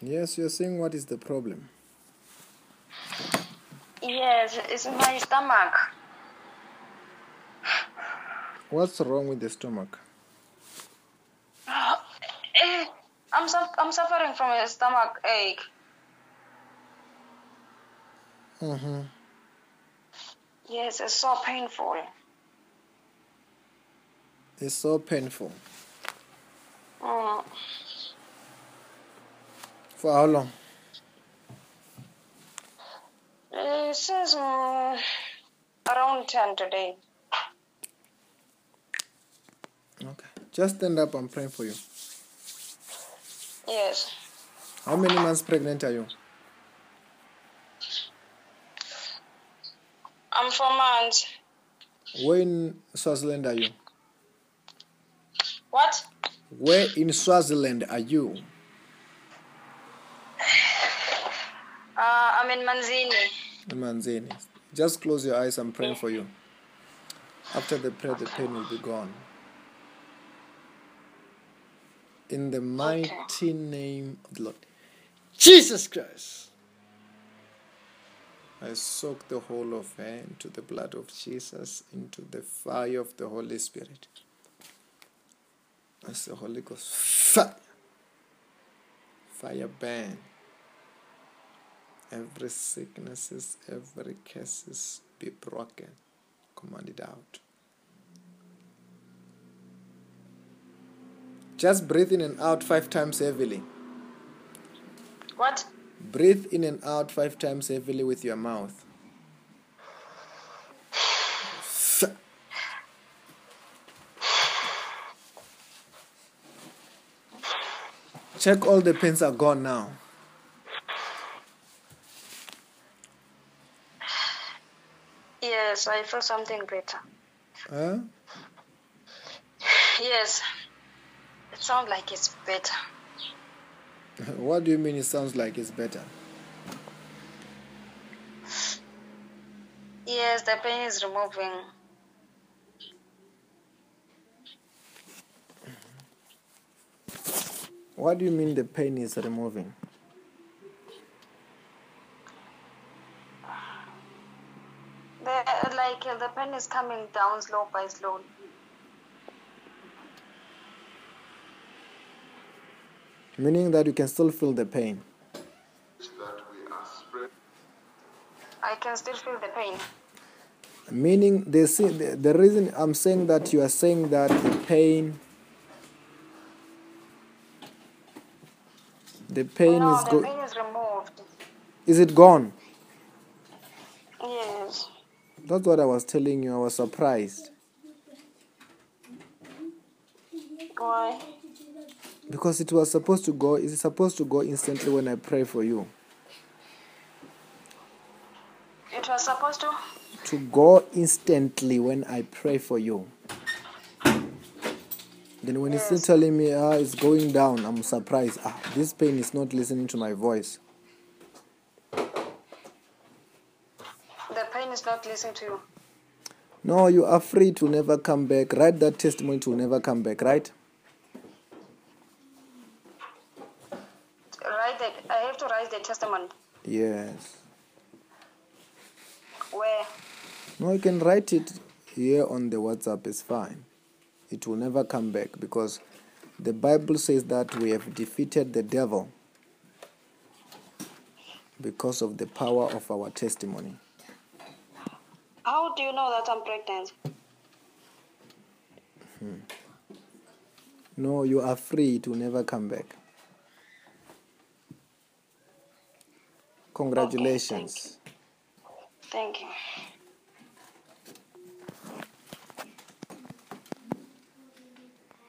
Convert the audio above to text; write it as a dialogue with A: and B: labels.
A: Yes, you're saying what is the problem?
B: Yes, it's my stomach.
A: What's wrong with the stomach?
B: Eh, I'm su- I'm suffering from a stomach ache.
A: Mm-hmm.
B: Yes, it's so painful.
A: It's so painful.
B: Mm,
A: For how long?
B: eh, since mm, around ten today.
A: Okay. Just stand up. I'm praying for you.
B: Yes,
A: How many months pregnant are you?
B: I'm four months.
A: Where in Swaziland are you?
B: What?
A: Where in Swaziland are you?
B: Uh, I'm in Manzini.
A: Manzini. Just close your eyes. I'm praying for you. After the prayer, the pain will be gone. In the mighty name of the Lord. Jesus Christ. I soak the whole of her into the blood of Jesus, into the fire of the Holy Spirit. That's the Holy Ghost. Fire. Fire burn every sicknesses, every curses be broken, command it out. Just breathe in and out five times heavily.
B: What?
A: Breathe in and out five times heavily with your mouth. Check all the pains are gone now.
B: Yes, I feel something better.
A: Huh?
B: Yes, it sounds like it's better.
A: What do you mean it sounds like it's better?
B: Yes, the pain is removing.
A: What do you mean the pain is removing?
B: The, like uh, the pain is coming down slow by slow.
A: Meaning that you can still feel the pain.
C: that we are spread
B: I can still feel the pain.
A: Meaning the, se- the the reason I'm saying that you are saying that the pain the pain
B: no,
A: is
B: the
A: go-
B: pain is removed.
A: is it gone?
B: Yes.
A: That's what I was telling you. I was surprised
B: Why?
A: because it was supposed to go. It's supposed to go instantly when I pray for you.
B: It was supposed to?
A: To go instantly when I pray for you. Then when you're
B: Yes.
A: still telling me ah, it's going down, I'm surprised. Ah, this pain is not listening to my voice.
B: The pain is not listening to you.
A: No, you are free to never come back. Write that testimony to never come back, right?
B: Write the, I have to write the testament.
A: Yes.
B: Where?
A: No, you can write it here on the WhatsApp, it's fine. It will never come back because the Bible says that we have defeated the devil because of the power of our testimony.
B: How do you know that I'm pregnant?
A: No, you are free to never come back. Congratulations.
B: Thank you.